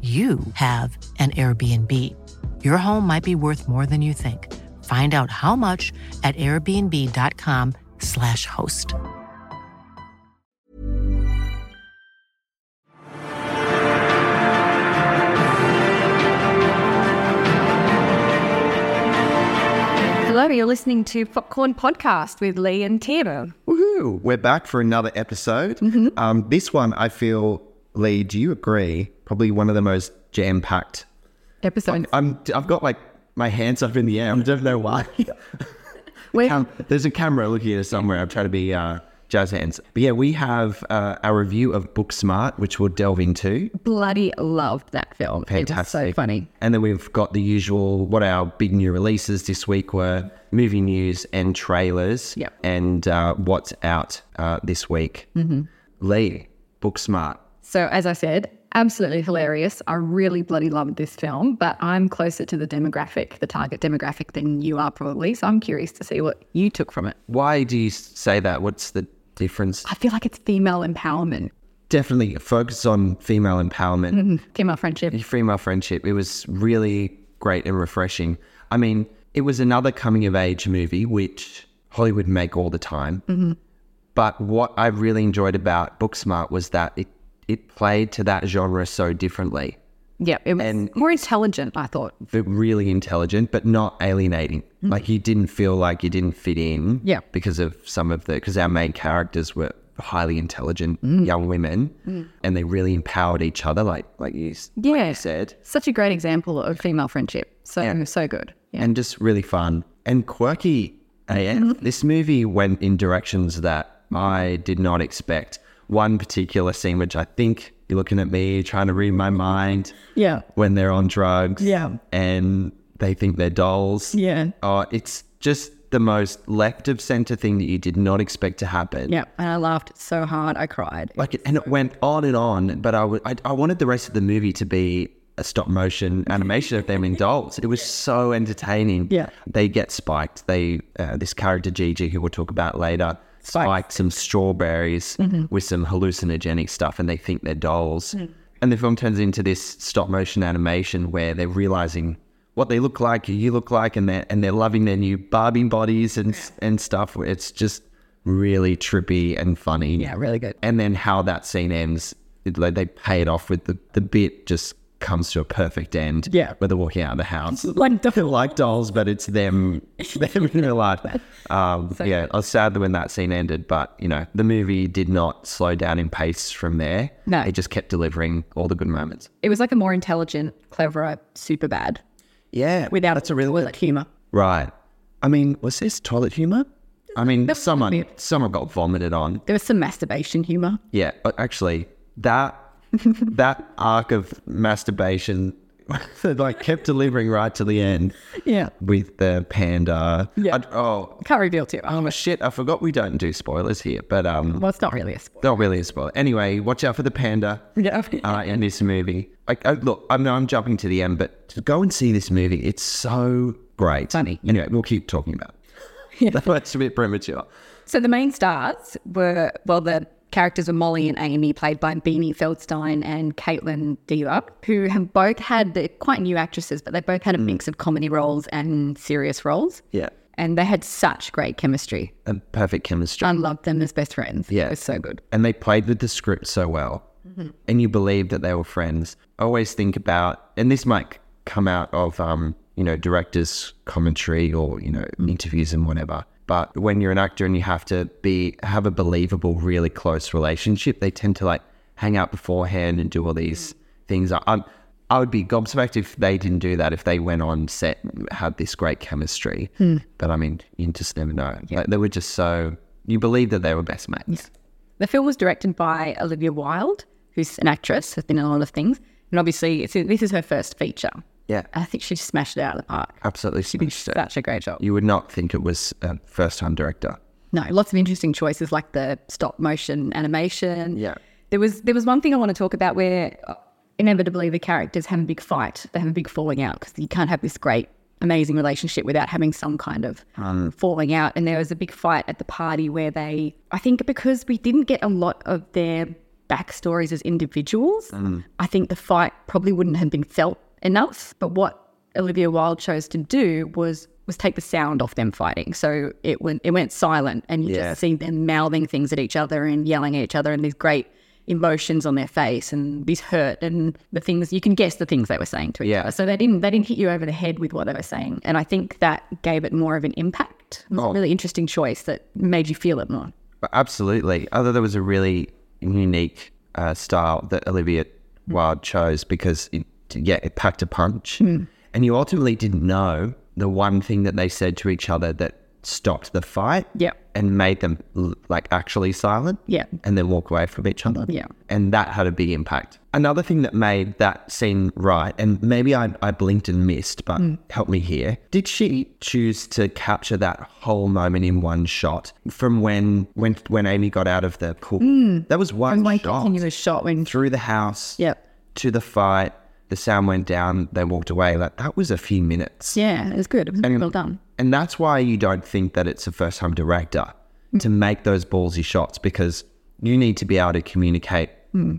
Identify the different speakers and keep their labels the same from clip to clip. Speaker 1: you have an Airbnb. Your home might be worth more than you think. Find out how much at airbnb.com/slash host.
Speaker 2: Hello, you're listening to Popcorn Podcast with Lee and Tierra.
Speaker 3: Woohoo! We're back for another episode. Um, this one, I feel, Lee, do you agree? Probably one of the most jam packed.
Speaker 2: Episode.
Speaker 3: I'm. I've got like my hands up in the air. I don't know why.
Speaker 2: We're-
Speaker 3: Cam- there's a camera looking at us somewhere. I'm trying to be uh, jazz hands. But yeah, we have uh, our review of Book Smart, which we'll delve into.
Speaker 2: bloody loved that film. It was so
Speaker 3: Fantastic.
Speaker 2: funny.
Speaker 3: And then we've got the usual what our big new releases this week were movie news and trailers.
Speaker 2: Yep.
Speaker 3: And uh, what's out uh, this week. Mm-hmm. Lee, book smart.
Speaker 2: So, as I said, absolutely hilarious. I really bloody loved this film, but I'm closer to the demographic, the target demographic, than you are probably. So, I'm curious to see what you took from it.
Speaker 3: Why do you s- say that? What's the difference?
Speaker 2: I feel like it's female empowerment,
Speaker 3: Definitely focus on female empowerment,
Speaker 2: female friendship.
Speaker 3: female friendship. It was really great and refreshing. I mean, it was another coming of age movie, which Hollywood make all the time.
Speaker 2: Mm-hmm.
Speaker 3: But what I really enjoyed about Booksmart was that it, it played to that genre so differently.
Speaker 2: Yeah, it was
Speaker 3: And-
Speaker 2: more intelligent, I thought.
Speaker 3: but really intelligent, but not alienating. Like you didn't feel like you didn't fit in,
Speaker 2: Mm-hmm. Yeah.
Speaker 3: because of some of the because our main characters were highly intelligent
Speaker 2: Mm-hmm.
Speaker 3: young women, and they really empowered each other. Like like you, s- like you
Speaker 2: Yeah.
Speaker 3: said,
Speaker 2: Such a great example of female friendship. So,
Speaker 3: Yeah.
Speaker 2: so good. Yeah. Mm-hmm.
Speaker 3: and just really fun and quirky. AF. This movie went in directions that I did not expect. One particular scene, which I think you're looking at me, trying to read my mind.
Speaker 2: Yeah.
Speaker 3: When they're on drugs.
Speaker 2: Yeah.
Speaker 3: And they think they're dolls.
Speaker 2: Yeah.
Speaker 3: Oh, it's just the most left of center thing that you did not expect to happen.
Speaker 2: Yeah. And I laughed so hard, I cried.
Speaker 3: Like, it- and it went on and on, but I wa- I- I wanted the rest of the movie to be a stop motion animation of them in dolls. It was so entertaining.
Speaker 2: Yeah.
Speaker 3: They get spiked. They, uh, this character Gigi, who we'll talk about later, spiked, some strawberries with some hallucinogenic stuff and they think they're dolls. And the film turns into this stop motion animation where they're realizing what they look like, you look like, and they're and they're loving their new Barbie bodies and and stuff. It's just really trippy and funny. Yeah,
Speaker 2: really good.
Speaker 3: And then how that scene ends, it, like they pay it off with the the bit just comes to a perfect end.
Speaker 2: Yeah.
Speaker 3: where they're walking out of the house.
Speaker 2: Like the
Speaker 3: They're like dolls, but it's them, them in real life. Um, yeah, I was sad when that scene ended, but you know the movie did not slow down in pace from there.
Speaker 2: No.
Speaker 3: it just kept delivering all the good moments.
Speaker 2: it was like a more intelligent, cleverer, super bad
Speaker 3: Yeah,
Speaker 2: without a really humor.
Speaker 3: Right. I mean, was this toilet humor? I mean,
Speaker 2: That's
Speaker 3: someone
Speaker 2: weird.
Speaker 3: someone got vomited on.
Speaker 2: There was some masturbation humor.
Speaker 3: uh, Yeah, but actually, that that arc of masturbation they like kept delivering right to the end
Speaker 2: Yeah.
Speaker 3: with the panda.
Speaker 2: Yeah.
Speaker 3: I'd- oh,
Speaker 2: Can't reveal too much.
Speaker 3: oh shit! I forgot we don't do spoilers here, but um,
Speaker 2: Well, it's not really a spoiler.
Speaker 3: not really a spoiler. Anyway, watch out for the panda.
Speaker 2: Yeah.
Speaker 3: uh, in this movie. Like, oh, look, I'm, I'm jumping to the end, but to go and see this movie. It's so great.
Speaker 2: Funny.
Speaker 3: Anyway, we'll keep talking about it. That's a bit premature.
Speaker 2: So the main stars were, well, the characters were Molly and Amy, played by Beanie Feldstein and Caitlin Diva, who have both had, they're quite new actresses, but they both had a mix of comedy roles and serious roles.
Speaker 3: Yeah.
Speaker 2: And they had such great chemistry.
Speaker 3: And perfect chemistry.
Speaker 2: I loved them as best friends.
Speaker 3: Yeah.
Speaker 2: It was so good.
Speaker 3: and they played with the script so well. And you believed that they were friends. I always think about, and this might come out of, um, you know, directors' commentary or, you know, interviews and whatever. But when you're an actor and you have to be, have a believable, really close relationship, they tend to like hang out beforehand and do all these things. I, I'm, I would be gobsmacked if they didn't do that, if they went on set and had this great chemistry. But I mean, you just never know. Like, they were just so, you believed that they were best mates.
Speaker 2: The film was directed by Olivia Wilde, who's an actress, has been in a lot of things. And obviously, it's, this is her first feature.
Speaker 3: Yeah,
Speaker 2: I think she smashed it out of the park.
Speaker 3: absolutely. smashed it.
Speaker 2: Such a great job.
Speaker 3: You would not think it was a first time director.
Speaker 2: No, lots of interesting choices like the stop motion animation.
Speaker 3: Yeah.
Speaker 2: There was there was one thing I want to talk about where uh, inevitably the characters have a big fight. They have a big falling out because you can't have this great amazing relationship without having some kind of falling out and there was a big fight at the party where they I think because we didn't get a lot of their backstories as individuals, I think the fight probably wouldn't have been felt enough, but what Olivia Wilde chose to do was was take the sound off them fighting. So it went it went silent and you
Speaker 3: Yeah.
Speaker 2: just see them mouthing things at each other and yelling at each other and these great emotions on their face and this hurt and the things you can guess the things they were saying to each
Speaker 3: Yeah.
Speaker 2: other. So they didn't they didn't hit you over the head with what they were saying. And I think that gave it more of an impact. It was
Speaker 3: Oh.
Speaker 2: a really interesting choice that made you feel it more.
Speaker 3: But absolutely. I thought that was a really unique uh, style that Olivia Wilde chose because, it, yeah, it packed a punch. And you ultimately didn't know the one thing that they said to each other that stopped the fight
Speaker 2: Yeah.
Speaker 3: and made them l- like actually silent
Speaker 2: Yeah.
Speaker 3: and then walk away from each other.
Speaker 2: Yeah.
Speaker 3: And that had a big impact. Another thing that made that scene right, and maybe I, I blinked and missed, but
Speaker 2: Mm.
Speaker 3: help me here. Did she choose to capture that whole moment in one shot from when when when Amy got out of the pool?
Speaker 2: Mm.
Speaker 3: That was one
Speaker 2: Like
Speaker 3: shot
Speaker 2: continuous shot when
Speaker 3: through the house
Speaker 2: Yep.
Speaker 3: to the fight. The sound went down. They walked away. Like that was a few minutes.
Speaker 2: Yeah, it was good. It was well done.
Speaker 3: And that's why you don't think that it's a first time director to make those ballsy shots because you need to be able to communicate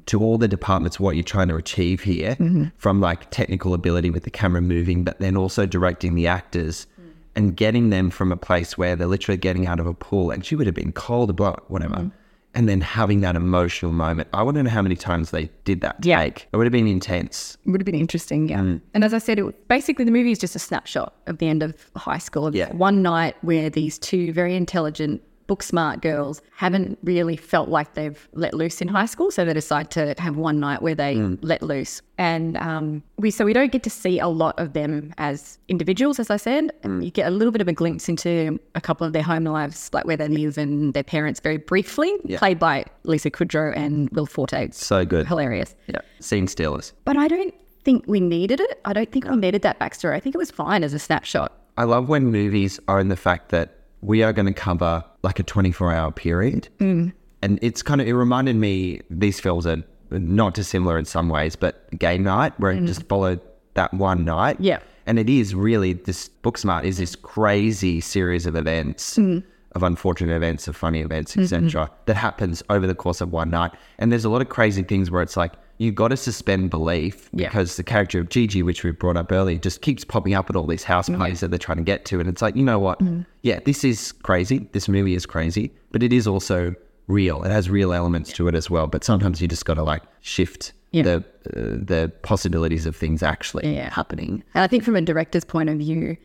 Speaker 3: to all the departments what you're trying to achieve here from like technical ability with the camera moving, but then also directing the actors and getting them from a place where they're literally getting out of a pool and she would have been cold or blood, whatever. And then having that emotional moment. I want to know how many times they did that
Speaker 2: Yeah.
Speaker 3: take. It would have been intense.
Speaker 2: It would have been interesting, yeah. And as I said, it basically the movie is just a snapshot of the end of high school. It's
Speaker 3: Yeah.
Speaker 2: One night where these two very intelligent, book smart girls haven't really felt like they've let loose in high school, so they decide to have one night where they let loose. And um, we so we don't get to see a lot of them as individuals, as I said. And You get a little bit of a glimpse into a couple of their home lives, like where they live and their parents, very briefly, played by Lisa Kudrow and Will Forte. It's
Speaker 3: So good.
Speaker 2: hilarious.
Speaker 3: Yeah. Scene stealers.
Speaker 2: But I don't think we needed it. I don't think
Speaker 3: Oh.
Speaker 2: we needed that backstory. I think it was fine as a snapshot.
Speaker 3: I love when movies own the fact that we are going to cover like a 24 hour period. Mm. And it's kind of, it reminded me, these films are not dissimilar in some ways, but Gay Night, where it just followed that one night.
Speaker 2: Yeah.
Speaker 3: And it is really, this Booksmart is this crazy series of events.
Speaker 2: Hmm.
Speaker 3: Of unfortunate events, of funny events,
Speaker 2: Mm-hmm.
Speaker 3: etc., that happens over the course of one night, and there's a lot of crazy things where it's like you got to suspend belief
Speaker 2: Yeah.
Speaker 3: because the character of Gigi, which we brought up earlier, just keeps popping up at all these
Speaker 2: Mm.
Speaker 3: house parties that they're trying to get to. And it's like, you know what? Yeah, this is crazy. This movie is crazy, but it is also real. It has real elements to it as well. But sometimes you just got to like shift
Speaker 2: Yeah.
Speaker 3: the uh, the possibilities of things actually
Speaker 2: Yeah.
Speaker 3: happening.
Speaker 2: And I think from a director's point of view,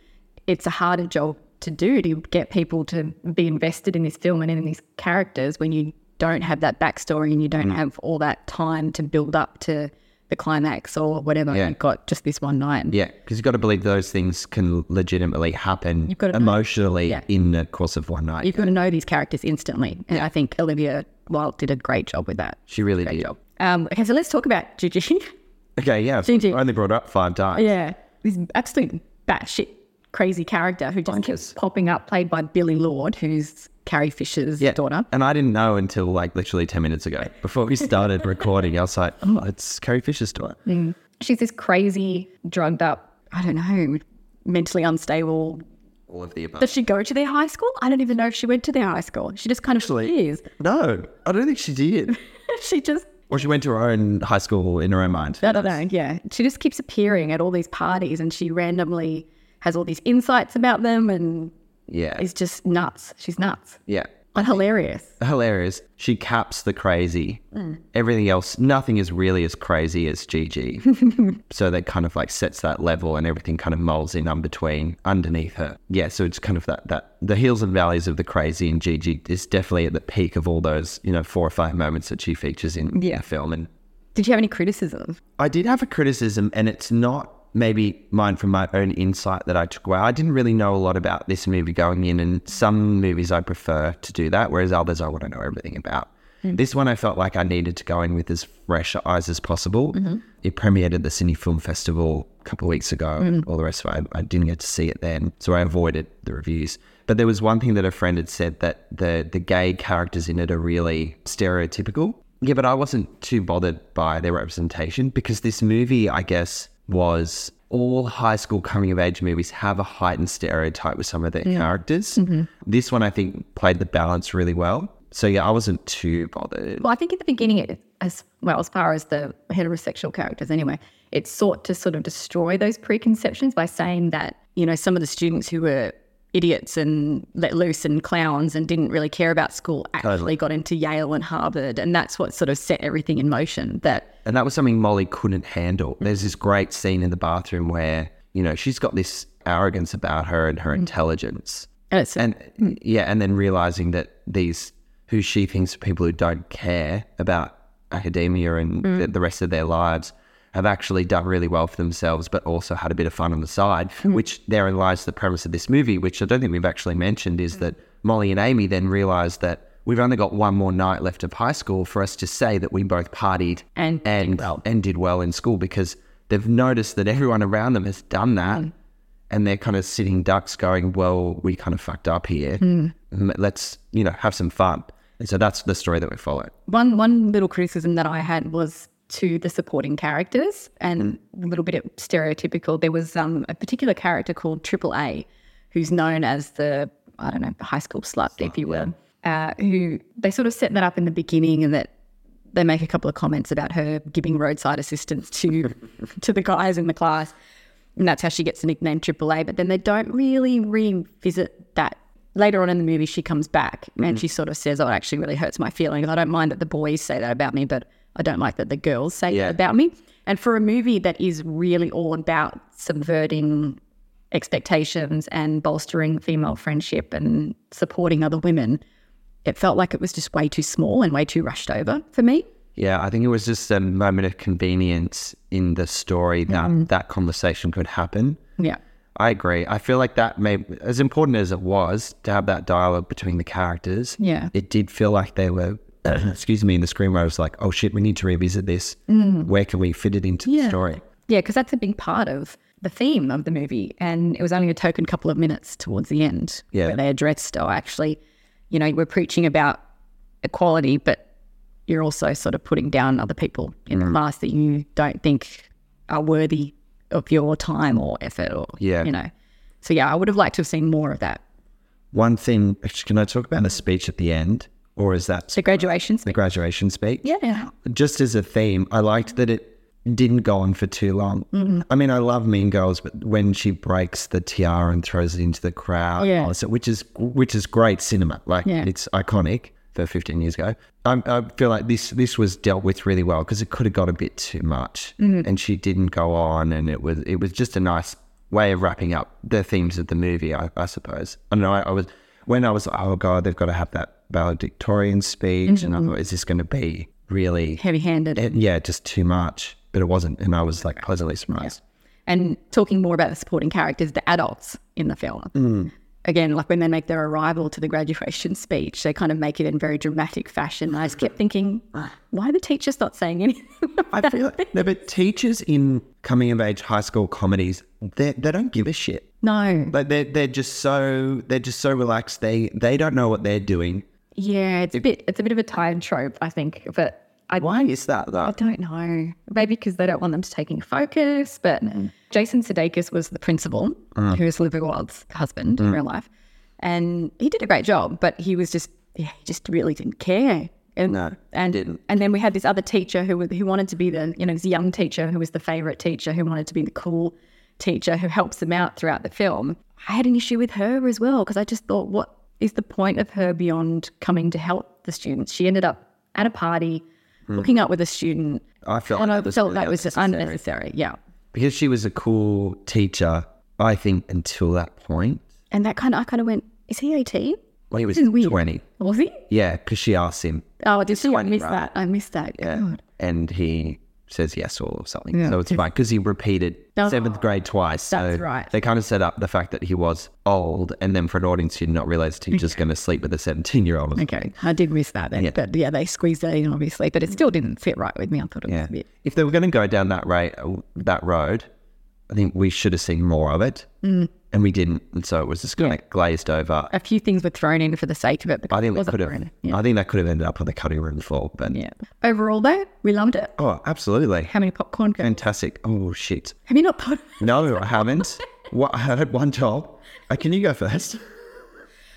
Speaker 2: it's a harder job to do to get people to be invested in this film and in these characters when you don't have that backstory and you don't
Speaker 3: Mm.
Speaker 2: have all that time to build up to the climax or whatever.
Speaker 3: Yeah.
Speaker 2: You've got just this one night.
Speaker 3: Yeah, because you've got to believe those things can legitimately happen
Speaker 2: got to know-
Speaker 3: emotionally
Speaker 2: Yeah.
Speaker 3: in the course of one night.
Speaker 2: You've got to know these characters instantly. And I think Olivia Wilde did a great job with that.
Speaker 3: she really did.
Speaker 2: Um, okay, so let's talk about Gigi.
Speaker 3: Okay, yeah. I've
Speaker 2: Gigi.
Speaker 3: Only brought up five times.
Speaker 2: Yeah, this absolute batshit crazy character who just keeps popping up, played by Billy Lord, who's Carrie Fisher's daughter.
Speaker 3: And I didn't know until like literally 10 minutes ago before we started recording. I was like, oh, it's Carrie Fisher's daughter.
Speaker 2: She's this crazy, drugged up, I don't know, mentally unstable.
Speaker 3: All of the above.
Speaker 2: Does she go to their high school? I don't even know if she went to their high school. She just kind of appears.
Speaker 3: no, I don't think she did.
Speaker 2: she just,
Speaker 3: or she went to her own high school in her own mind.
Speaker 2: I don't know, yeah. She just keeps appearing at all these parties and she randomly has all these insights about them and
Speaker 3: Yeah.
Speaker 2: is just nuts. She's nuts.
Speaker 3: Yeah.
Speaker 2: But hilarious.
Speaker 3: Hilarious. She caps the crazy. Everything else, nothing is really as crazy as Gigi. so that kind of like sets that level and everything kind of molds in um, between underneath her. Yeah. So it's kind of that, that the hills and valleys of the crazy and Gigi is definitely at the peak of all those, you know, four or five moments that she features in the film. And
Speaker 2: Did you have any criticism?
Speaker 3: I did have a criticism, and it's not maybe mine from my own insight that I took away. I didn't really know a lot about this movie going in, and some movies I prefer to do that, whereas others I want to know everything about. This one I felt like I needed to go in with as fresh eyes as possible. It premiered at the Sydney Film Festival a couple of weeks ago, and all the rest of it. I, I didn't get to see it then, so I avoided the reviews. But there was one thing that a friend had said that the the gay characters in it are really stereotypical. Yeah, but I wasn't too bothered by their representation because this movie, I guess, was all high school coming of age movies have a heightened stereotype with some of their characters. This one, I think, played the balance really well. So yeah, I wasn't too bothered.
Speaker 2: Well, I think at the beginning, it, as well as far as the heterosexual characters, anyway, it sought to sort of destroy those preconceptions by saying that you know some of the students who were idiots and let loose and clowns and didn't really care about school actually got into Yale and Harvard, and that's what sort of set everything in motion. That
Speaker 3: And that was something Molly couldn't handle. There's this great scene in the bathroom where, you know, she's got this arrogance about her and her intelligence.
Speaker 2: and it's
Speaker 3: And yeah, and then realizing that these who she thinks are people who don't care about academia and
Speaker 2: Hmm.
Speaker 3: the, the rest of their lives have actually done really well for themselves, but also had a bit of fun on the side.
Speaker 2: Hmm.
Speaker 3: Which therein lies the premise of this movie, which I don't think we've actually mentioned,
Speaker 2: Hmm.
Speaker 3: is that Molly and Amy then realize that we've only got one more night left of high school for us to say that we both partied
Speaker 2: And did
Speaker 3: and, and did well in school because they've noticed that everyone around them has done that
Speaker 2: Hmm.
Speaker 3: and they're kind of sitting ducks going, well, we kind of fucked up here.
Speaker 2: Hmm.
Speaker 3: M- Let's, you know, have some fun. And so that's the story that we follow.
Speaker 2: one one little criticism that I had was to the supporting characters and a little bit of stereotypical. There was um, a particular character called Triple A, who's known as the I don't know high school slut, if you will. Uh, who they sort of set that up in the beginning, and that they make a couple of comments about her giving roadside assistance to to the guys in the class, and that's how she gets the nickname AAA. But then they don't really revisit that. Later on in the movie, she comes back and she sort of says, "Oh, it actually really hurts my feelings. I don't mind that the boys say that about me, but I don't like that the girls say that about me." And for a movie that is really all about subverting expectations and bolstering female friendship and supporting other women, it felt like it was just way too small and way too rushed over for me.
Speaker 3: Yeah, I think it was just a moment of convenience in the story that
Speaker 2: Hmm.
Speaker 3: that conversation could happen.
Speaker 2: Yeah.
Speaker 3: I agree. I feel like that may, as important as it was to have that dialogue between the characters,
Speaker 2: Yeah.
Speaker 3: it did feel like they were, excuse me, in the screenwriter was like, oh shit, we need to revisit this. Where can we fit it into the story?
Speaker 2: Hmm. Yeah, because that's a big part of the theme of the movie. And it was only a token couple of minutes towards the end
Speaker 3: Yeah.
Speaker 2: where they addressed, oh, actually, you know, we're preaching about equality, but you're also sort of putting down other people in
Speaker 3: Mm.
Speaker 2: the class that you don't think are worthy of your time or effort or,
Speaker 3: Yeah.
Speaker 2: you know. So, yeah, I would have liked to have seen more of that.
Speaker 3: One thing, can I talk about the speech at the end? Or is that
Speaker 2: So, graduation.
Speaker 3: the graduation speech?
Speaker 2: Yeah.
Speaker 3: just as a theme, I liked that it didn't go on for too long.
Speaker 2: Mm-hmm.
Speaker 3: I mean, I love Mean Girls, but when she breaks the tiara and throws it into the crowd,
Speaker 2: Yeah.
Speaker 3: also, which is which is great cinema. Like
Speaker 2: Yeah.
Speaker 3: it's iconic for 15 years ago. I, I feel like this this was dealt with really well because it could have got a bit too much, and she didn't go on, and it was it was just a nice way of wrapping up the themes of the movie. I, I suppose. I don't know. I, I was when I was like, oh god, they've got to have that valedictorian speech, and I thought, is this going to be really
Speaker 2: Heavy handed.
Speaker 3: it- yeah, just too much. But it wasn't, and I was like pleasantly surprised.
Speaker 2: and talking more about the supporting characters, the adults in the film. again, like when they make their arrival to the graduation speech, they kind of make it in very dramatic fashion. And I just kept thinking, why are the teachers not saying anything?
Speaker 3: I feel no, but teachers in coming of age high school comedies, they they don't give a shit.
Speaker 2: no.
Speaker 3: Like they're they're just so they're just so relaxed. They they don't know what they're doing.
Speaker 2: Yeah, it's a bit it's a bit of a time trope, I think. But I
Speaker 3: Why is that though?
Speaker 2: I don't know. Maybe because they don't want them to taking focus. But
Speaker 3: Mm.
Speaker 2: Jason Sudeikis was the principal, who is Olivia Wilde's husband
Speaker 3: Mm.
Speaker 2: in real life, and he did a great job. But he was just, yeah, he just really didn't care. And,
Speaker 3: No,
Speaker 2: and
Speaker 3: didn't.
Speaker 2: And then we had this other teacher who wa- who wanted to be the, you know, this young teacher who was the favorite teacher who wanted to be the cool teacher who helps them out throughout the film. I had an issue with her as well because I just thought, what is the point of her beyond coming to help the students? She ended up at a party. Hooking up with a student,
Speaker 3: I felt
Speaker 2: and I
Speaker 3: that was
Speaker 2: felt
Speaker 3: Mm. really
Speaker 2: that was just unnecessary. Yeah.
Speaker 3: because she was a cool teacher. I think until that point,
Speaker 2: And that kind of, I kind of went, is he 18?
Speaker 3: well, he was
Speaker 2: This is weird.
Speaker 3: twenty.
Speaker 2: Was he?
Speaker 3: Yeah, because she asked him,
Speaker 2: Oh, I did see. I
Speaker 3: 20,
Speaker 2: missed
Speaker 3: right?
Speaker 2: that. I missed that.
Speaker 3: yeah,
Speaker 2: God.
Speaker 3: and he says yes or something. So it's fine because he repeated
Speaker 2: Oh,
Speaker 3: seventh grade twice.
Speaker 2: that's
Speaker 3: so
Speaker 2: right.
Speaker 3: They kind of set up the fact that he was old, and then for an audience, you not realize he's just going to sleep with a seventeen-year-old.
Speaker 2: Okay. I did miss that then. But yeah, they squeezed that in, obviously. But it still didn't fit right with me. I thought it
Speaker 3: Yeah.
Speaker 2: was a bit.
Speaker 3: If they were going to go down that right that road, I think we should have seen more of it, mm. and we didn't, and so it was just kind of glazed over.
Speaker 2: A few things were thrown in for the sake of it. Because
Speaker 3: I think
Speaker 2: it
Speaker 3: that
Speaker 2: wasn't
Speaker 3: could have.
Speaker 2: thrown in. Yeah.
Speaker 3: I think that could have ended up on the cutting room floor. But
Speaker 2: yeah. Overall, though, we loved it.
Speaker 3: oh, absolutely
Speaker 2: How many popcorn go?
Speaker 3: fantastic. Oh shit,
Speaker 2: Have you not put.
Speaker 3: no, I haven't. what I had one job. Uh, can you go first?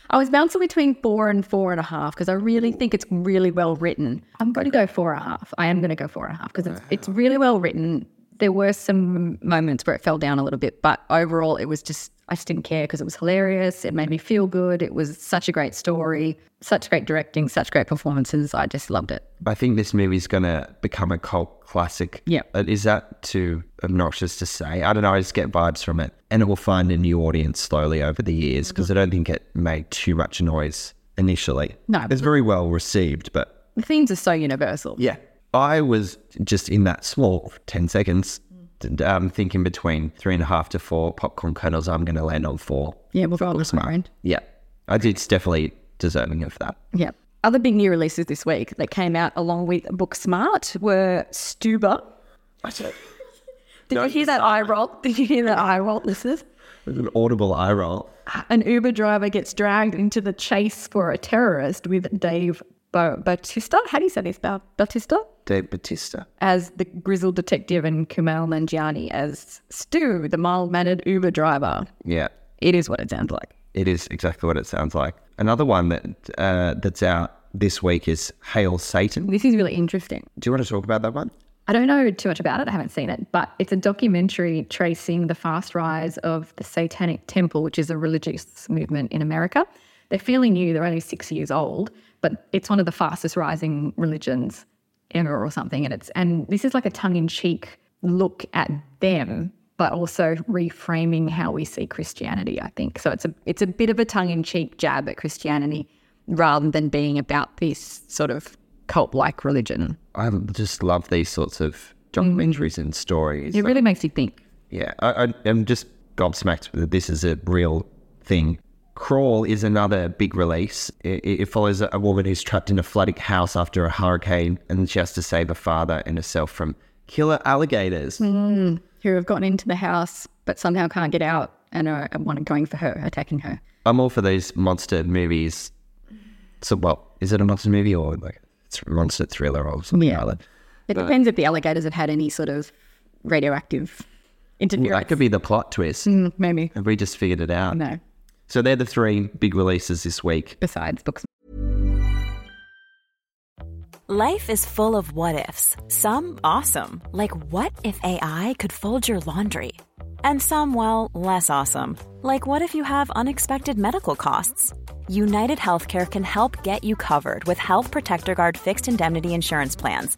Speaker 2: I was bouncing between four and four and a half because I really think it's really well written. I'm going to go four and a half. I am going to go four and a half because it's, it's really well written. There were some moments where it fell down a little bit, but overall, it was just, I just didn't care because it was hilarious. It made me feel good. It was such a great story, such great directing, such great performances. I just loved it.
Speaker 3: I think this movie's gonna become a cult classic.
Speaker 2: Yeah.
Speaker 3: Uh, Is that too obnoxious to say? I don't know. I just get vibes from it, and it will find a new audience slowly over the years because I don't think it made too much noise initially.
Speaker 2: No.
Speaker 3: it's very well received, but
Speaker 2: The themes are so universal.
Speaker 3: yeah, I was just in that small ten seconds. d- Um, thinking between three and a half to four popcorn kernels, I'm going to land on four.
Speaker 2: Yeah, we'll roll this around.
Speaker 3: Yeah, I did. It's definitely deserving of that.
Speaker 2: Yeah. Other big new releases this week that came out along with Book Smart were Stuber.
Speaker 3: I said
Speaker 2: Did you hear that eye roll? Did you hear that eye roll, listeners?
Speaker 3: an audible eye roll.
Speaker 2: An Uber driver gets dragged into the chase for a terrorist with Dave Ba- Bautista. How do you say this? Ba- Bautista?
Speaker 3: Dave Batista.
Speaker 2: As the grizzled detective and Kumail Nanjiani as Stu, the mild mannered Uber driver.
Speaker 3: Yeah.
Speaker 2: It is what it sounds like.
Speaker 3: It is exactly what it sounds like. Another one that uh, that's out this week is Hail Satan.
Speaker 2: This is really interesting.
Speaker 3: Do you want to talk about that one?
Speaker 2: I don't know too much about it. I haven't seen it, but it's a documentary tracing the fast rise of the Satanic Temple, which is a religious movement in America. They're fairly new, they're only six years old, but it's one of the fastest rising religions ever or something. And it's and this is like a tongue-in-cheek look at them, but also reframing how we see Christianity, I think. So it's a it's a bit of a tongue-in-cheek jab at Christianity rather than being about this sort of cult-like religion.
Speaker 3: I just love these sorts of documentaries and stories.
Speaker 2: It really makes you think.
Speaker 3: Yeah, I, I, I'm just gobsmacked that this is a real thing. Crawl is another big release. It, it it follows a woman who's trapped in a flooded house after a hurricane, and she has to save her father and herself from killer alligators.
Speaker 2: who have gotten into the house but somehow can't get out and are one going for her, attacking her.
Speaker 3: I'm all for these monster movies. So, well, is it a monster movie or like it's a monster thriller or something
Speaker 2: Yeah.
Speaker 3: like that?
Speaker 2: It depends if the alligators have had any sort of radioactive interference.
Speaker 3: That could be the plot twist.
Speaker 2: Mm, maybe.
Speaker 3: Have we just figured it out?
Speaker 2: No,
Speaker 3: So they're the three big releases this week.
Speaker 2: besides books.
Speaker 4: Life is full of what ifs. Some awesome, like what if AI could fold your laundry? And some, well, less awesome, like what if you have unexpected medical costs? United Healthcare can help get you covered with Health Protector Guard fixed indemnity insurance plans.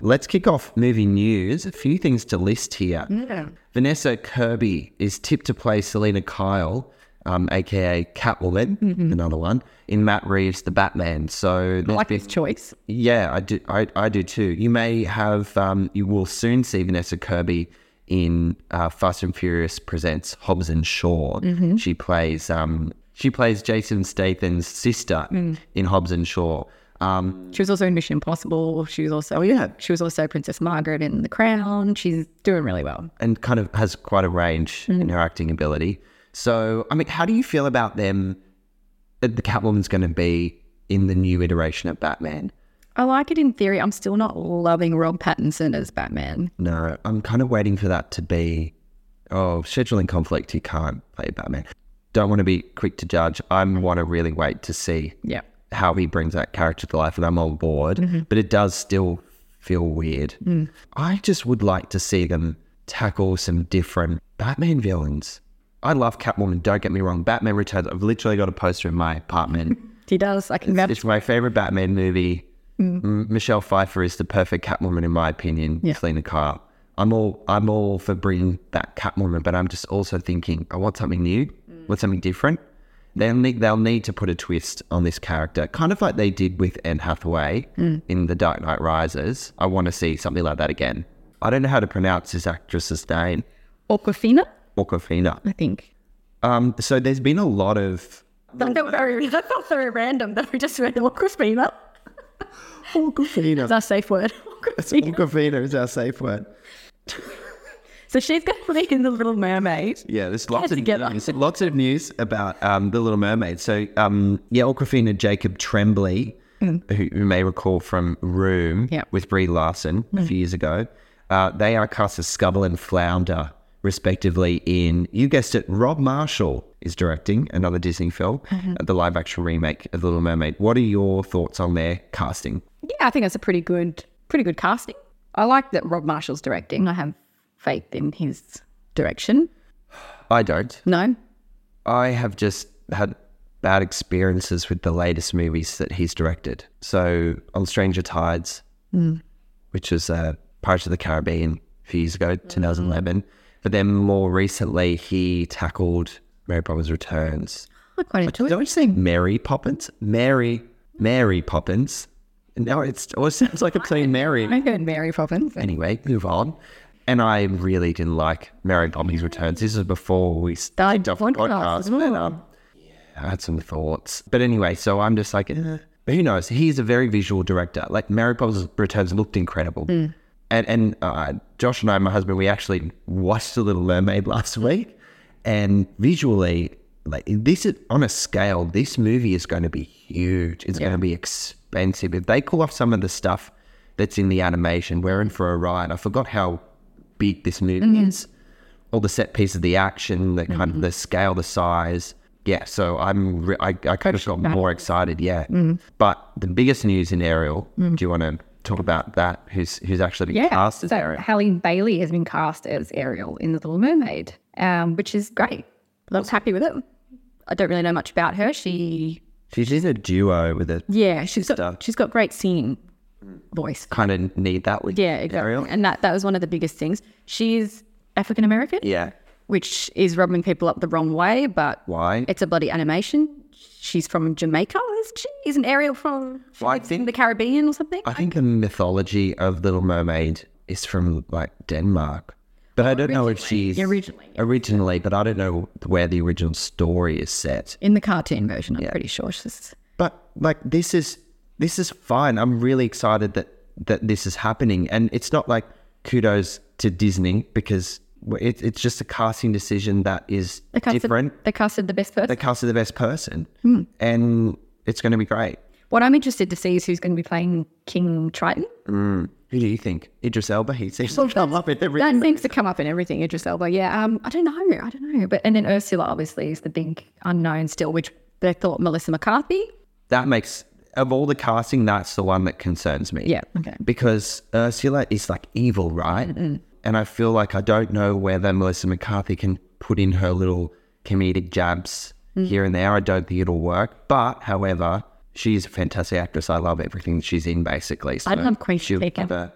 Speaker 3: Let's kick off movie news. A few things to list here.
Speaker 2: Mm.
Speaker 3: Vanessa Kirby is tipped to play Selena Kyle, um, aka Catwoman, another one, in Matt Reeves' The Batman. So
Speaker 2: Mm-hmm. I like this choice.
Speaker 3: yeah, I do. I, I do too. You may have. Um, you will soon see Vanessa Kirby in uh, Fast and Furious presents Hobbs and Shaw. She plays. Um, she plays Jason Statham's sister in Hobbs and Shaw. Um,
Speaker 2: She was also in Mission Impossible. She was
Speaker 3: Oh,
Speaker 2: also yeah. She was also Princess Margaret in The Crown. She's doing really well.
Speaker 3: and kind of has quite a range in her acting ability. So, I mean, how do you feel about them? That the Catwoman's going to be in the new iteration of Batman.
Speaker 2: I like it in theory. I'm still not loving Rob Pattinson as Batman.
Speaker 3: No, I'm kind of waiting for that to be. Oh, scheduling conflict. He can't play Batman. Don't want to be quick to judge. I want to really wait to see
Speaker 2: Yeah.
Speaker 3: how he brings that character to life, and I'm on board. But it does still feel weird. I just would like to see them tackle some different Batman villains. I love Catwoman. Don't get me wrong. Batman Returns. I've literally got a poster in my apartment.
Speaker 2: He does. I can vouch
Speaker 3: It's my favorite Batman movie. M- Michelle Pfeiffer is the perfect Catwoman in my opinion. Selena Kyle. I'm all I'm all for bringing back Catwoman, but I'm just also thinking I want something new, want something different. They'll need they'll need to put a twist on this character, kind of like they did with Anne Hathaway in The Dark Knight Rises. I want to see something like that again. I don't know how to pronounce this actress's name,
Speaker 2: Aquafina,
Speaker 3: Awkwafina.
Speaker 2: I think.
Speaker 3: Um, so there's been a lot of
Speaker 2: That felt very, that felt very random that we just read Aquafina.
Speaker 3: Awkwafina.
Speaker 2: That's our safe word. Awkwafina.
Speaker 3: Awkwafina is our safe word.
Speaker 2: So she's going to be in The Little Mermaid.
Speaker 3: Yeah, there's lots
Speaker 2: Get
Speaker 3: of
Speaker 2: together.
Speaker 3: news, lots of news about um, the Little Mermaid. So, um, yeah, Aquafina Jacob Tremblay, who you may recall from Room
Speaker 2: Mm. Yeah. Mm.
Speaker 3: with Brie Larson a few years ago, uh, they are cast as Scubble and Flounder, respectively. In you guessed it, Rob Marshall is directing another Disney film,
Speaker 2: Mm-hmm.
Speaker 3: uh, the live action remake of The Little Mermaid. What are your thoughts on their casting?
Speaker 2: Yeah, I think that's a pretty good, pretty good casting. I like that Rob Marshall's directing. I have faith in his direction.
Speaker 3: I don't.
Speaker 2: No,
Speaker 3: I have just had bad experiences with the latest movies that he's directed. So on Stranger Tides,
Speaker 2: Hmm.
Speaker 3: which was uh, Pirates of the Caribbean a few years ago,
Speaker 2: Hmm.
Speaker 3: 2011. But then more recently, he tackled Mary Poppins Returns.
Speaker 2: I quite enjoy it.
Speaker 3: Don't you say Mary Poppins? Mary, Mary Poppins. No, it's, it always sounds like I'm saying Mary.
Speaker 2: I heard Mary Poppins.
Speaker 3: Anyway, move on. And I really didn't like Mary Poppins Returns. This was before we started
Speaker 2: Died
Speaker 3: off
Speaker 2: podcast.
Speaker 3: podcast. but, um, yeah, I had some thoughts. But anyway, so I'm just like, eh. but who knows? He's a very visual director. Like Mary Poppins Returns looked incredible. And, and uh, Josh and I, my husband, we actually watched The Little Mermaid last week. And visually, like this is on a scale, this movie is going to be huge. It's going to be expensive. If they call off some of the stuff that's in the animation. We're in for a ride. I forgot how big this movie
Speaker 2: Mm-hmm.
Speaker 3: is. All the set pieces, the action, the kind of the scale, the size. Yeah, so I'm re- I, I kind of got more excited. Yeah,
Speaker 2: Mm-hmm.
Speaker 3: but the biggest news in Ariel. Do you want to talk about that? Who's who's actually been
Speaker 2: Yeah,
Speaker 3: cast as
Speaker 2: so
Speaker 3: Ariel?
Speaker 2: Halle Bailey has been cast as Ariel in The Little Mermaid, um, which is great. I was happy with it. I don't really know much about her. She,
Speaker 3: She's in a duo with a
Speaker 2: yeah, she's
Speaker 3: Stuff.
Speaker 2: got, she's got great singing
Speaker 3: Mm.
Speaker 2: voice.
Speaker 3: kind of need that with
Speaker 2: Yeah, exactly.
Speaker 3: Ariel.
Speaker 2: And that, that was one of the biggest things. She's African American,
Speaker 3: Yeah,
Speaker 2: which is rubbing people up the wrong way, but
Speaker 3: why?
Speaker 2: it's a bloody animation. She's from Jamaica, isn't she? Isn't Ariel from
Speaker 3: Well, I
Speaker 2: from
Speaker 3: think-
Speaker 2: the Caribbean or something?
Speaker 3: I think the mythology of Little Mermaid is from like Denmark, but I don't know if she's
Speaker 2: Originally.
Speaker 3: originally, but I don't know where the original story is set.
Speaker 2: in the cartoon version, I'm pretty sure. She's,
Speaker 3: But like this is this is fine. I'm really excited that that this is happening, and it's not like kudos to Disney because it, it's just a casting decision that is
Speaker 2: they casted, Hmm.
Speaker 3: different.
Speaker 2: They casted the best person.
Speaker 3: They casted the best person, and it's going to be great.
Speaker 2: What I'm interested to see is who's going to be playing King Triton.
Speaker 3: Who do you think? Idris Elba? He seems to come up at every.
Speaker 2: That seems to come up in everything, Idris Elba. Yeah, um, I don't know, I don't know. But and then Ursula obviously is the big unknown still, which they thought Melissa McCarthy.
Speaker 3: That makes of all the casting, that's the one that concerns me.
Speaker 2: Yeah, okay.
Speaker 3: Because Ursula is like evil, right? And I feel like I don't know whether Melissa McCarthy can put in her little comedic jabs
Speaker 2: Mm.
Speaker 3: here and there. I don't think it'll work. But however, she's a fantastic actress. I love everything that she's in, basically. So
Speaker 2: I'd love Queen
Speaker 3: she'll
Speaker 2: Latifah.
Speaker 3: have a-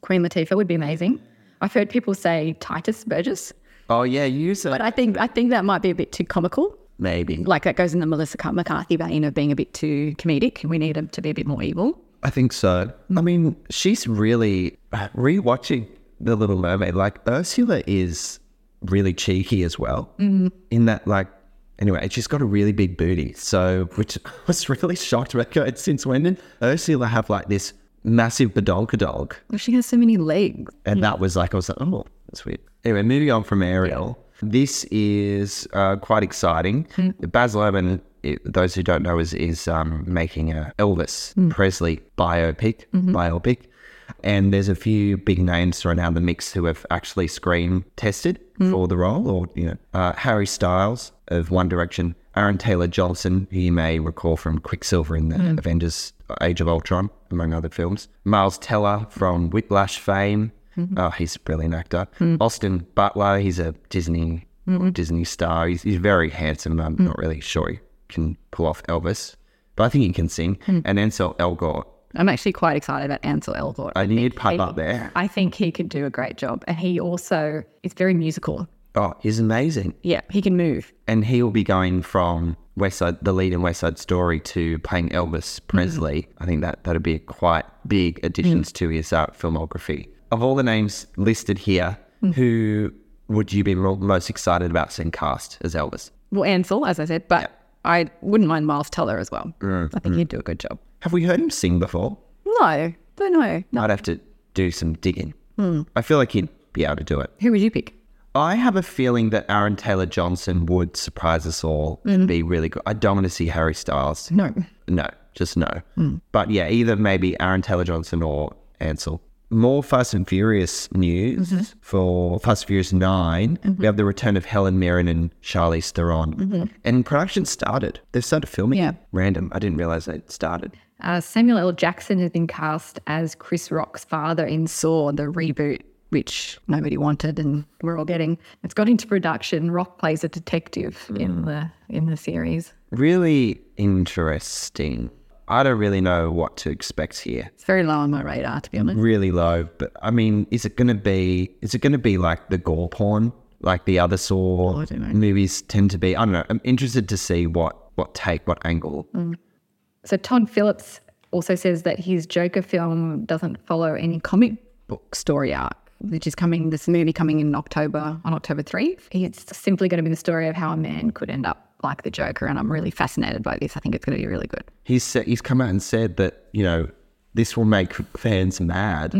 Speaker 2: Queen Latifah would be amazing. I've heard people say Titus Burgess,
Speaker 3: Oh yeah, use it.
Speaker 2: but I think I think that might be a bit too comical.
Speaker 3: Maybe.
Speaker 2: Like that goes in the Melissa McCarthy vein of being a bit too comedic. We need him to be a bit more evil.
Speaker 3: I think so. I mean, she's really uh, rewatching The Little Mermaid. Like Ursula is really cheeky as well. Mm. In that, like, anyway, and she's got a really big booty. So, which I was really shocked about. going, Since when did Ursula have like this massive badonkadonk?
Speaker 2: Well, she has so many legs.
Speaker 3: And that was like, I was like, oh, that's weird. Anyway, moving on from Ariel. This is uh, quite exciting. Baz Luhrmann, i- those who don't know, is is um, making a Elvis Presley biopic. Biopic, and there's a few big names thrown out in the mix who have actually screen tested for the role, or you know, uh, Harry Styles of One Direction, Aaron Taylor Johnson, who you may recall from Quicksilver in the Avengers Age of Ultron, among other films, Miles Teller from Whiplash fame. Oh, he's a brilliant actor. Austin Butler, he's a Disney Disney star. He's, he's very handsome. I'm not really sure he can pull off Elvis, but I think he can sing. And Ansel Elgort.
Speaker 2: I'm actually quite excited about Ansel Elgort.
Speaker 3: I knew he'd pop up there.
Speaker 2: I think he could do a great job, and he also is very musical.
Speaker 3: Oh, he's amazing.
Speaker 2: Yeah, he can move.
Speaker 3: and he'll be going from West Side, the lead in West Side Story, to playing Elvis Presley. I think that that'd be quite big additions to his uh, filmography. Of all the names listed here, who would you be mo- most excited about seeing cast as Elvis?
Speaker 2: Well, Ansel, as I said, but I wouldn't mind Miles Teller as well. I think he'd do a good job.
Speaker 3: Have we heard him sing before?
Speaker 2: No, don't know. No.
Speaker 3: I'd have to do some digging. I feel like he'd be able to do it.
Speaker 2: Who would you pick?
Speaker 3: I have a feeling that Aaron Taylor Johnson would surprise us all and be really good. I don't want to see Harry Styles.
Speaker 2: Mm. No. Mm.
Speaker 3: No, just no. But yeah, either maybe Aaron Taylor Johnson or Ansel. More Fast and Furious news
Speaker 2: Mm-hmm.
Speaker 3: for Fast and Furious 9. We have the return of Helen Mirren and Charlize Theron. And production started. They've started filming.
Speaker 2: Mm-hmm. Yeah.
Speaker 3: Random. I didn't realize they'd started.
Speaker 2: Uh, Samuel L. Jackson has been cast as Chris Rock's father in Saw, the reboot, which nobody wanted and we're all getting. It's got into production. Rock plays a detective in the in the series.
Speaker 3: Really interesting. I don't really know what to expect here.
Speaker 2: It's very low on my radar, to be honest.
Speaker 3: really low. But I mean, is it going to be? Is it going to be like the gore porn, like the other Saw movies tend to be? I don't know. I'm interested to see what what take, what angle.
Speaker 2: So Todd Phillips also says that his Joker film doesn't follow any comic book story arc, which is coming this movie coming in October on October three. It's simply going to be the story of how a man could end up like the Joker, and I'm really fascinated by this. I think it's going to be really good.
Speaker 3: He's sa- he's come out and said that you know this will make fans mad.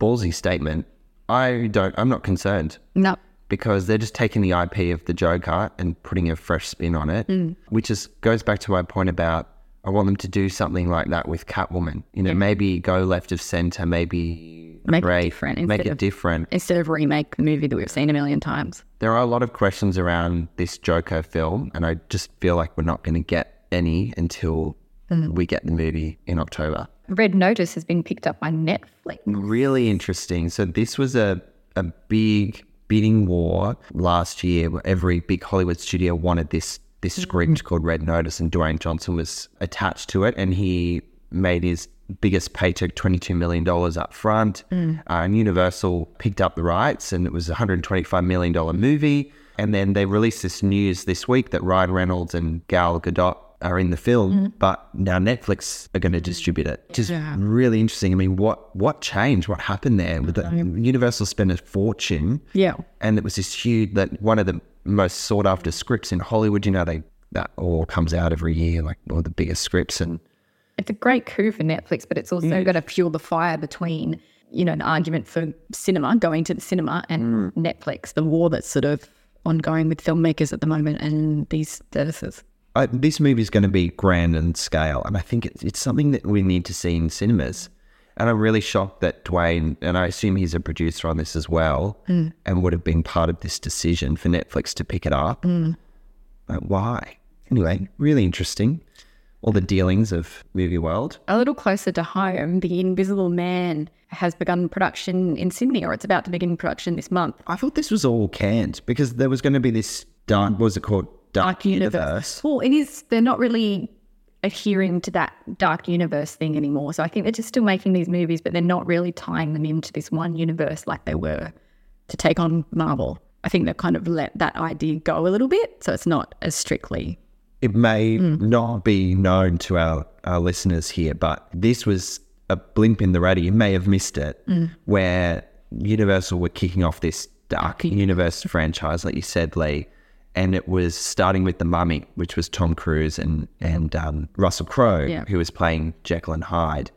Speaker 3: Ballsy statement. I don't. I'm not concerned.
Speaker 2: No,
Speaker 3: because they're just taking the IP of the Joker and putting a fresh spin on it,
Speaker 2: Mm.
Speaker 3: which is goes back to my point about I want them to do something like that with Catwoman. You know, maybe go left of center, maybe
Speaker 2: Make it
Speaker 3: break,
Speaker 2: different
Speaker 3: Make
Speaker 2: instead
Speaker 3: it
Speaker 2: of-
Speaker 3: different.
Speaker 2: instead of remake the movie that we've seen a million times.
Speaker 3: There are a lot of questions around this Joker film, and I just feel like we're not going to get any until
Speaker 2: Mm.
Speaker 3: we get the movie in October.
Speaker 2: Red Notice has been picked up by Netflix.
Speaker 3: Really interesting. So this was a a big bidding war last year. Where every big Hollywood studio wanted this this script called Red Notice, and Dwayne Johnson was attached to it, and he made his biggest paycheck, twenty two million dollars up front. Uh, and Universal picked up the rights, and it was a hundred twenty five million dollar movie. And then they released this news this week that Ryan Reynolds and Gal Gadot are in the film, but now Netflix are going to distribute it. Which is really interesting. I mean, what what changed? What happened there? With the, Universal spent a fortune,
Speaker 2: Yeah.
Speaker 3: and it was this huge that one of the most sought after scripts in Hollywood. You know, they that all comes out every year, like all the biggest scripts, and
Speaker 2: It's a great coup for Netflix, but it's also going to fuel the fire between, you know, an argument for cinema, going to the cinema, and Netflix, the war that's sort of ongoing with filmmakers at the moment and these services.
Speaker 3: I, this movie is going to be grand in scale, and I think it's, it's something that we need to see in cinemas. And I'm really shocked that Dwayne, and I assume he's a producer on this as well, and would have been part of this decision for Netflix to pick it up. Like, why? Anyway, really interesting. All the dealings of movie world.
Speaker 2: A little closer to home, The Invisible Man has begun production in Sydney, or it's about to begin production this month.
Speaker 3: I thought this was all canned because there was going to be this dark, what was it called? Dark, universe.
Speaker 2: Well, it is, they're not really adhering to that dark universe thing anymore. So I think they're just still making these movies, but they're not really tying them into this one universe like they were to take on Marvel. I think they've kind of let that idea go a little bit. So it's not as strictly.
Speaker 3: it may not be known to our, our listeners here, but this was a blimp in the radar. You may have missed it, where Universal were kicking off this dark universe franchise, like you said, Lee. And it was starting with The Mummy, which was Tom Cruise and, and um, Russell Crowe, who was playing Jekyll and Hyde.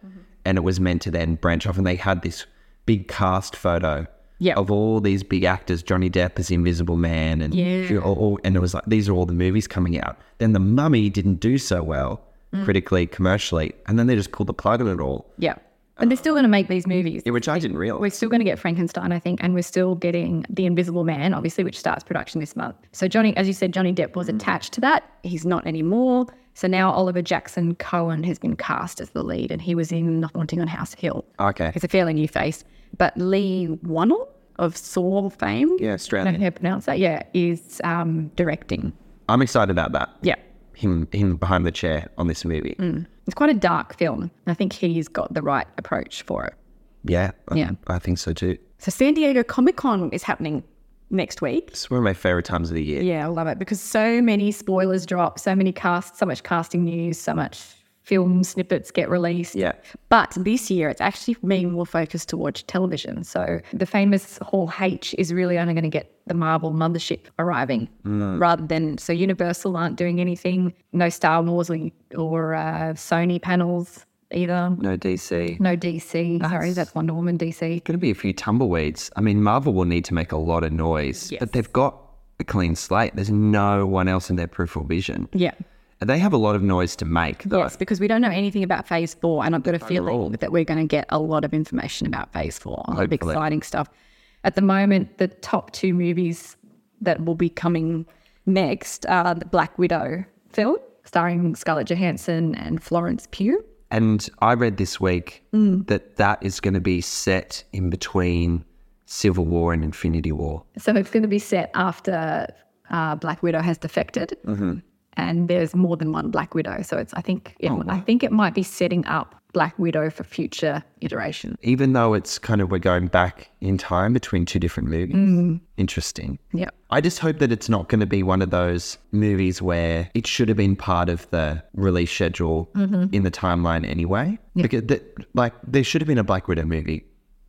Speaker 3: And it was meant to then branch off. And they had this big cast photo
Speaker 2: Yeah.
Speaker 3: of all these big actors, Johnny Depp as Invisible Man, and
Speaker 2: Yeah.
Speaker 3: all- all- and it was like these are all the movies coming out. Then the Mummy didn't do so well
Speaker 2: Mm.
Speaker 3: critically, commercially, and then they just pulled the plug on it all,
Speaker 2: Yeah. And they're still going to make these movies.
Speaker 3: yeah, which I didn't
Speaker 2: We're
Speaker 3: realize.
Speaker 2: still going to get Frankenstein, I think, and we're still getting The Invisible Man, obviously, which starts production this month. So, Johnny, as you said, Johnny Depp was attached to that. He's not anymore. So now Oliver Jackson Cohen has been cast as the lead, and he was in The Haunting on House Hill.
Speaker 3: Okay,
Speaker 2: It's a fairly new face. But Lee Wannell of Saw fame,
Speaker 3: yeah,
Speaker 2: I don't know
Speaker 3: Australian.
Speaker 2: how to pronounce that, yeah, is um, directing.
Speaker 3: I'm excited about that.
Speaker 2: Yeah. Mm.
Speaker 3: Him, him behind the chair on this movie.
Speaker 2: It's quite a dark film. I think he's got the right approach for it.
Speaker 3: Yeah, I-
Speaker 2: Yeah.
Speaker 3: I think so too.
Speaker 2: So San Diego Comic Con is happening next week.
Speaker 3: It's one of my favorite times of the year.
Speaker 2: Yeah, I love it because so many spoilers drop, so many casts, so much casting news, so much film snippets get released.
Speaker 3: Yeah.
Speaker 2: But this year, it's actually being more focused towards television. So the famous Hall H is really only going to get the Marvel mothership arriving rather than. So Universal aren't doing anything, no Star Wars or, or uh, Sony panels either.
Speaker 3: No DC.
Speaker 2: No DC. Sorry, that's Wonder Woman DC.
Speaker 3: Going to be a few tumbleweeds. I mean, Marvel will need to make a lot of noise, but they've got a clean slate. There's no one else in their peripheral vision.
Speaker 2: Yeah.
Speaker 3: They have a lot of noise to make, though.
Speaker 2: Yes, because we don't know anything about phase four, and I've got a feeling
Speaker 3: Overall.
Speaker 2: that we're going to get a lot of information about phase four, a lot of
Speaker 3: Hopefully.
Speaker 2: exciting stuff. At the moment, the top two movies that will be coming next are the Black Widow film, starring Scarlett Johansson and Florence Pugh.
Speaker 3: And I read this week
Speaker 2: Mm.
Speaker 3: that that is going to be set in between Civil War and Infinity War.
Speaker 2: So it's going to be set after uh, Black Widow has defected, and there's more than one Black Widow. So it's I think it, I think it might be setting up Black Widow for future iterations.
Speaker 3: Even though it's kind of we're going back in time between two different movies. Interesting.
Speaker 2: Mm-hmm. Yep.
Speaker 3: I just hope that it's not going to be one of those movies where it should have been part of the release schedule
Speaker 2: Mm-hmm.
Speaker 3: in the timeline anyway. Because that, like there should have been a Black Widow movie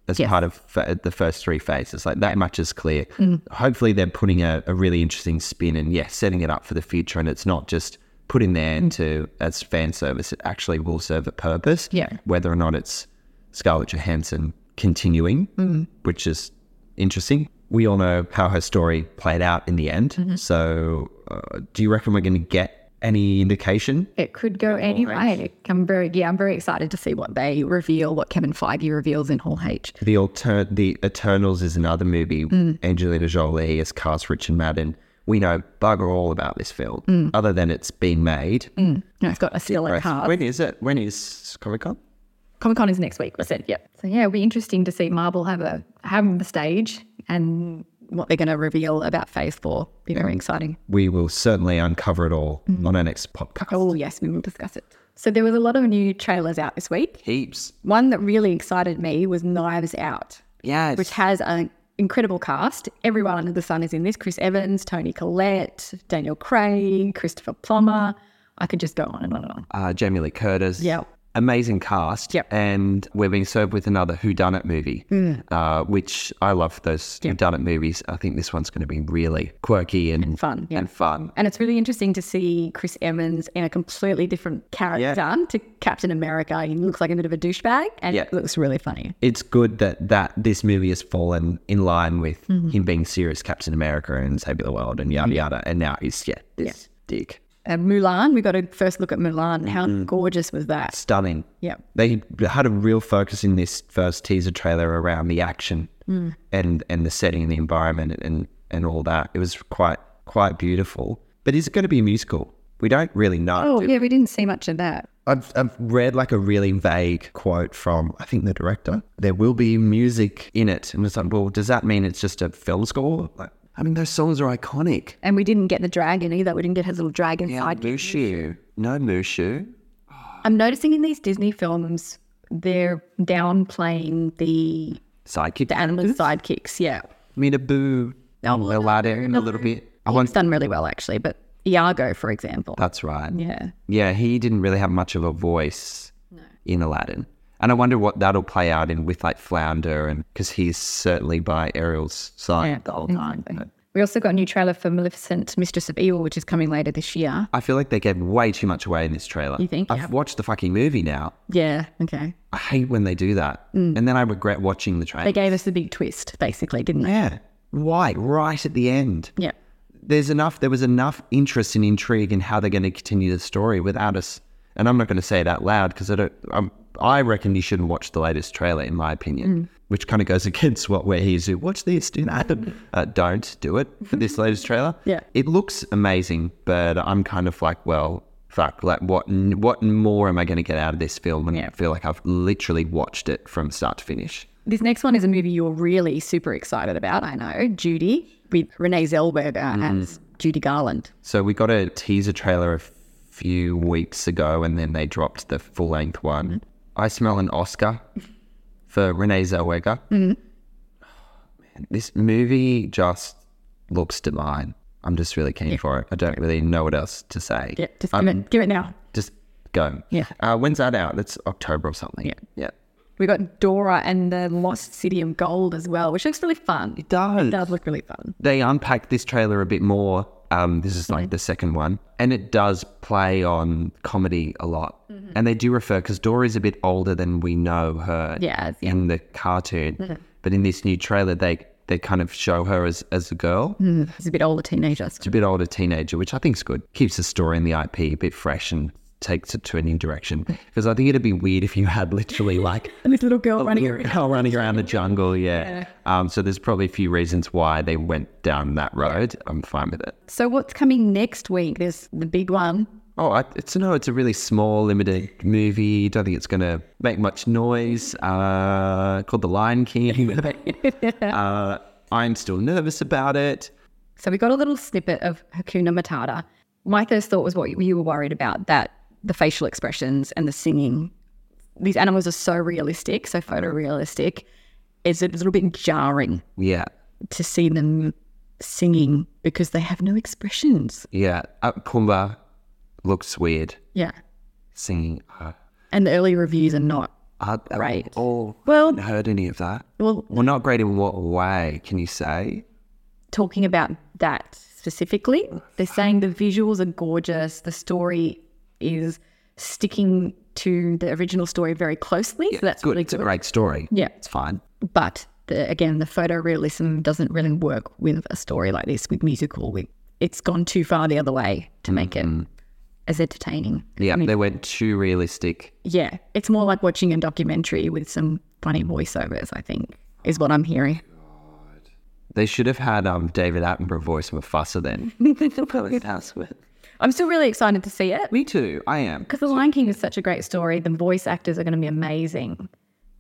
Speaker 3: as
Speaker 2: Yes.
Speaker 3: part of fa- the first three phases. Like that much is clear.
Speaker 2: Mm.
Speaker 3: Hopefully they're putting a, a really interesting spin and yes, setting it up for the future and it's not just put in there
Speaker 2: Mm.
Speaker 3: to as fan service. It actually will serve a purpose.
Speaker 2: Yeah.
Speaker 3: Whether or not it's Scarlett Johansson continuing, which is interesting. We all know how her story played out in the end. So, uh, do you reckon we're going to get any indication?
Speaker 2: It could go any way. I'm very yeah, I'm very excited to see what they reveal, what Kevin Feige reveals in Hall H.
Speaker 3: The alter- the Eternals is another movie. Angelina Jolie is cast Richard Madden. We know bugger all about this film, other than it's been made.
Speaker 2: No, it's got a stellar card.
Speaker 3: Ah. When is it? When is Comic Con?
Speaker 2: Comic Con is next week, was it? Yep. So yeah, it'll be interesting to see Marvel have a have the stage and what they're going to reveal about Phase Four. Be very exciting.
Speaker 3: We will certainly uncover it all on our next podcast.
Speaker 2: Oh yes, we will discuss it. So there was a lot of new trailers out this week.
Speaker 3: Heaps.
Speaker 2: One that really excited me was Knives Out.
Speaker 3: Yes.
Speaker 2: which has an incredible cast. Everyone under the sun is in this Chris Evans, Tony Collette, Daniel Craig, Christopher Plummer. I could just go on and on and on.
Speaker 3: uh, Jamie Lee Curtis.
Speaker 2: Yep.
Speaker 3: Amazing cast.
Speaker 2: Yep. Hmm.
Speaker 3: And we're being served with another Who Done It movie, uh, which I love those Who Done It movies. I think this one's going to be really quirky and,
Speaker 2: fun, yeah.
Speaker 3: And fun.
Speaker 2: And it's really interesting to see Chris Evans in a completely different character to Captain America. He looks like a bit of a douchebag and
Speaker 3: Yeah.
Speaker 2: it looks really funny.
Speaker 3: It's good that, that this movie has fallen in line with
Speaker 2: Mm-hmm.
Speaker 3: him being serious Captain America and saving the world and yada yada. And now he's, yeah, this dick.
Speaker 2: and Mulan. We got to first look at Mulan. How
Speaker 3: Mm-hmm.
Speaker 2: gorgeous was that?
Speaker 3: Stunning.
Speaker 2: Yeah.
Speaker 3: They had a real focus in this first teaser trailer around the action
Speaker 2: Hmm.
Speaker 3: and, and the setting and the environment and, and all that. It was quite quite beautiful. But is it going to be a musical? We don't really know.
Speaker 2: Oh yeah, we didn't see much of that.
Speaker 3: I've, I've read like a really vague quote from I think the director. There will be music in it, and it's like, well, does that mean it's just a film score? Like, I mean, those songs are iconic.
Speaker 2: And we didn't get the dragon either. We didn't get his little dragon sidekick.
Speaker 3: Mushu, no Mushu.
Speaker 2: I'm noticing in these Disney films, they're downplaying the
Speaker 3: Sidekick.
Speaker 2: the animal sidekicks. Yeah,
Speaker 3: Mina Boo.
Speaker 2: Oh.
Speaker 3: Aladdin a little bit. I
Speaker 2: one's
Speaker 3: want.
Speaker 2: done really well actually. But Iago, for example,
Speaker 3: That's right.
Speaker 2: yeah,
Speaker 3: Yeah, he didn't really have much of a voice in Aladdin. And I wonder what that'll play out in with like Flounder, and because he's certainly by Ariel's side the whole time. but-
Speaker 2: we also got a new trailer for Maleficent, Mistress of Evil, which is coming later this year.
Speaker 3: I feel like they gave way too much away in this trailer.
Speaker 2: You think?
Speaker 3: I've watched the fucking movie now.
Speaker 2: Yeah, okay.
Speaker 3: I hate when they do that. And then I regret watching the trailer.
Speaker 2: Mm. They gave us a big twist, basically, didn't they?
Speaker 3: yeah. Why? Right at the end.
Speaker 2: Yeah.
Speaker 3: There's enough there was enough interest and intrigue in how they're going to continue the story without us. And I'm not going to say it out loud because I don't I'm, I reckon you shouldn't watch the latest trailer in my opinion, which kind of goes against what we're here to watch this, do that. Uh, don't do it for this latest trailer.
Speaker 2: Yeah.
Speaker 3: It looks amazing, but I'm kind of like, well, fuck, like what what more am I going to get out of this film when I feel like I've literally watched it from start to finish?
Speaker 2: This next one is a movie you're really super excited about, I know, Judy, with Renee Zellweger
Speaker 3: Mm.
Speaker 2: as Judy Garland.
Speaker 3: So we got a teaser trailer a few weeks ago, and then they dropped the full length one.
Speaker 2: Mm-hmm.
Speaker 3: I smell an Oscar for Renee Zellweger.
Speaker 2: Mm-hmm.
Speaker 3: Man, this movie just looks divine. I'm just really keen for it. I don't really know what else to say.
Speaker 2: Yeah, just give,
Speaker 3: I'm-
Speaker 2: it, give it now.
Speaker 3: just go.
Speaker 2: Yeah.
Speaker 3: Uh, when's that out? That's October or something. Yeah. Yeah.
Speaker 2: We got Dora and the Lost City of Gold as well, which looks really fun. It
Speaker 3: does.
Speaker 2: does look really fun.
Speaker 3: they unpack this trailer a bit more. Um, this is
Speaker 2: Mm-hmm.
Speaker 3: like the second one, and it does play on comedy a lot.
Speaker 2: Mm-hmm.
Speaker 3: And they do refer because Dora's a bit older than we know her
Speaker 2: Yes, yeah. Mm-hmm.
Speaker 3: in the cartoon, but in this new trailer, they they kind of show her as as a girl,
Speaker 2: It's a bit older teenager.
Speaker 3: it's a bit older teenager, which I think is good. Keeps the story and the IP a bit fresh and takes it to a new direction.
Speaker 2: Mm-hmm.
Speaker 3: Because I think it'd be weird if you had literally like
Speaker 2: And this little
Speaker 3: Oh,
Speaker 2: girl running around.
Speaker 3: running, running around the jungle. Yeah. Um, so there's probably a few reasons why they went down that road. I'm fine with it.
Speaker 2: So what's coming next week? There's the big one.
Speaker 3: Oh, I, it's no, it's a really small, limited movie. Don't think it's going to make much noise. Uh, called The Lion King. uh, I'm still nervous about it.
Speaker 2: So we got a little snippet of Hakuna Matata. My first thought was what you were worried about that the facial expressions and the singing. These animals are so realistic, so photorealistic. It's a little bit jarring
Speaker 3: Yeah.
Speaker 2: to see them singing because they have no expressions.
Speaker 3: Yeah. Uh, Pumbaa looks weird
Speaker 2: Yeah.
Speaker 3: singing. Uh,
Speaker 2: And the early reviews are not.
Speaker 3: I, I
Speaker 2: Right.
Speaker 3: all
Speaker 2: Well,
Speaker 3: heard any of that.
Speaker 2: well
Speaker 3: Well, not great in what way, can you say?
Speaker 2: talking about that specifically. They're saying the visuals are gorgeous. The story is sticking to the original story very closely. so that's
Speaker 3: good.
Speaker 2: really
Speaker 3: it's a
Speaker 2: good.
Speaker 3: great story.
Speaker 2: Yeah.
Speaker 3: It's fine.
Speaker 2: But the, again, the photorealism doesn't really work with a story like this, with musical. With, it's gone too far the other way to make it as entertaining.
Speaker 3: Mm-hmm. Yeah, they went too realistic.
Speaker 2: Yeah. It's more like watching a documentary with some funny voiceovers, I think, is what I'm hearing.
Speaker 3: They should have had um, David Attenborough voice Mufasa then.
Speaker 2: I'm still really excited to see it.
Speaker 3: Me too. I am.
Speaker 2: Because The Lion King is such a great story. The voice actors are going to be amazing.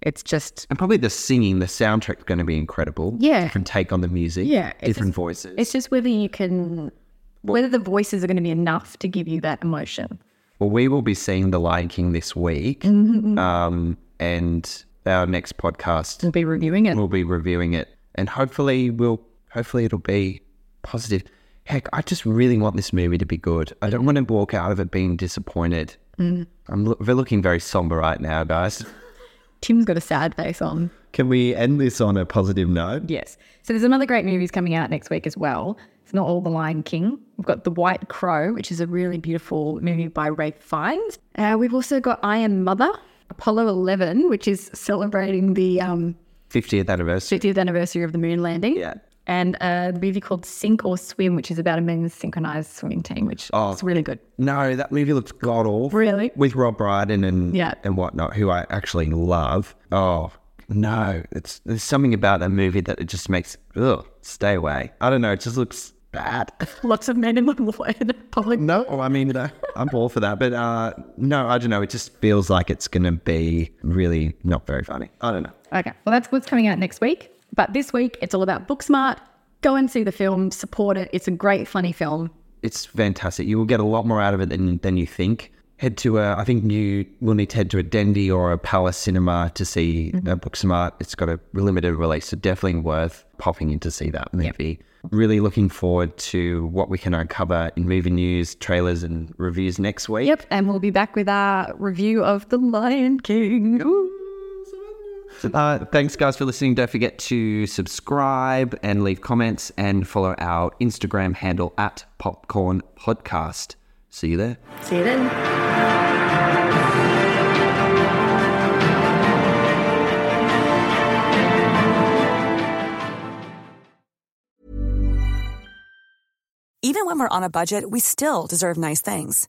Speaker 2: It's just,
Speaker 3: And probably the singing, the soundtrack's going to be incredible.
Speaker 2: Yeah.
Speaker 3: Different take on the music.
Speaker 2: Yeah, it's
Speaker 3: Different voices.
Speaker 2: it's just whether you can, whether the voices are going to be enough to give you that emotion.
Speaker 3: Well, we will be seeing The Lion King this week.
Speaker 2: Mm-hmm,
Speaker 3: Um, and our next podcast,
Speaker 2: We'll be reviewing it.
Speaker 3: we'll be reviewing it. And hopefully, we'll, hopefully it'll be positive. Heck, I just really want this movie to be good. I don't want to walk out of it being disappointed.
Speaker 2: Mm.
Speaker 3: I'm lo- we're looking very somber right now, guys.
Speaker 2: Tim's got a sad face on.
Speaker 3: Can we end this on a positive note?
Speaker 2: Yes. So there's another great movies coming out next week as well. It's not all The Lion King. We've got The White Crow, which is a really beautiful movie by Ray Fiennes. Uh, we've also got I Am Mother, Apollo 11, which is celebrating the um,
Speaker 3: 50th anniversary.
Speaker 2: 50th anniversary of the moon landing.
Speaker 3: Yeah.
Speaker 2: and a movie called Sink or Swim, which is about a men's synchronized swimming team, which is really good.
Speaker 3: No, that movie looked god awful.
Speaker 2: Really?
Speaker 3: With Rob Brydon and
Speaker 2: Yeah.
Speaker 3: and whatnot, who I actually love. Oh no, it's there's something about that movie that it just makes ugh, stay away. I don't know, it just looks bad.
Speaker 2: Lots of men in the water in a public.
Speaker 3: No, I mean uh, I'm all for that, but uh, no, I don't know. It just feels like it's gonna be really not very funny. I don't know.
Speaker 2: Okay, well, that's what's coming out next week. But this week, it's all about Booksmart. Go and see the film, support it. It's a great, funny film.
Speaker 3: it's fantastic. You will get a lot more out of it than than you think. Head to a, I think you will need to head to a Dendy or a Palace Cinema to see uh Booksmart. It's got a limited release, so definitely worth popping in to see that movie. Really looking forward to what we can uncover in movie news, trailers, and reviews next week.
Speaker 2: Yep, and we'll be back with our review of The Lion King.
Speaker 3: Uh, thanks, guys, for listening. Don't forget to subscribe and leave comments and follow our Instagram handle at Popcorn Podcast. See you there.
Speaker 2: See you then.
Speaker 4: Even when we're on a budget, we still deserve nice things.